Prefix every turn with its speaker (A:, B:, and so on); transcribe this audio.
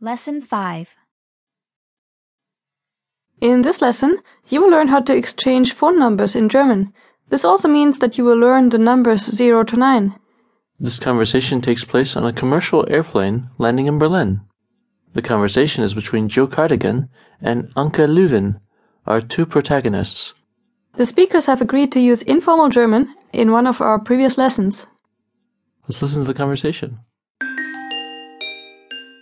A: Lesson 5
B: In this lesson, you will learn how to exchange phone numbers in German. This also means that you will learn the numbers 0 to 9.
C: This conversation takes place on a commercial airplane landing in Berlin. The conversation is between Joe Cardigan and Anke Leuven, our two protagonists.
B: The speakers have agreed to use informal German in one of our previous lessons.
C: Let's listen to the conversation.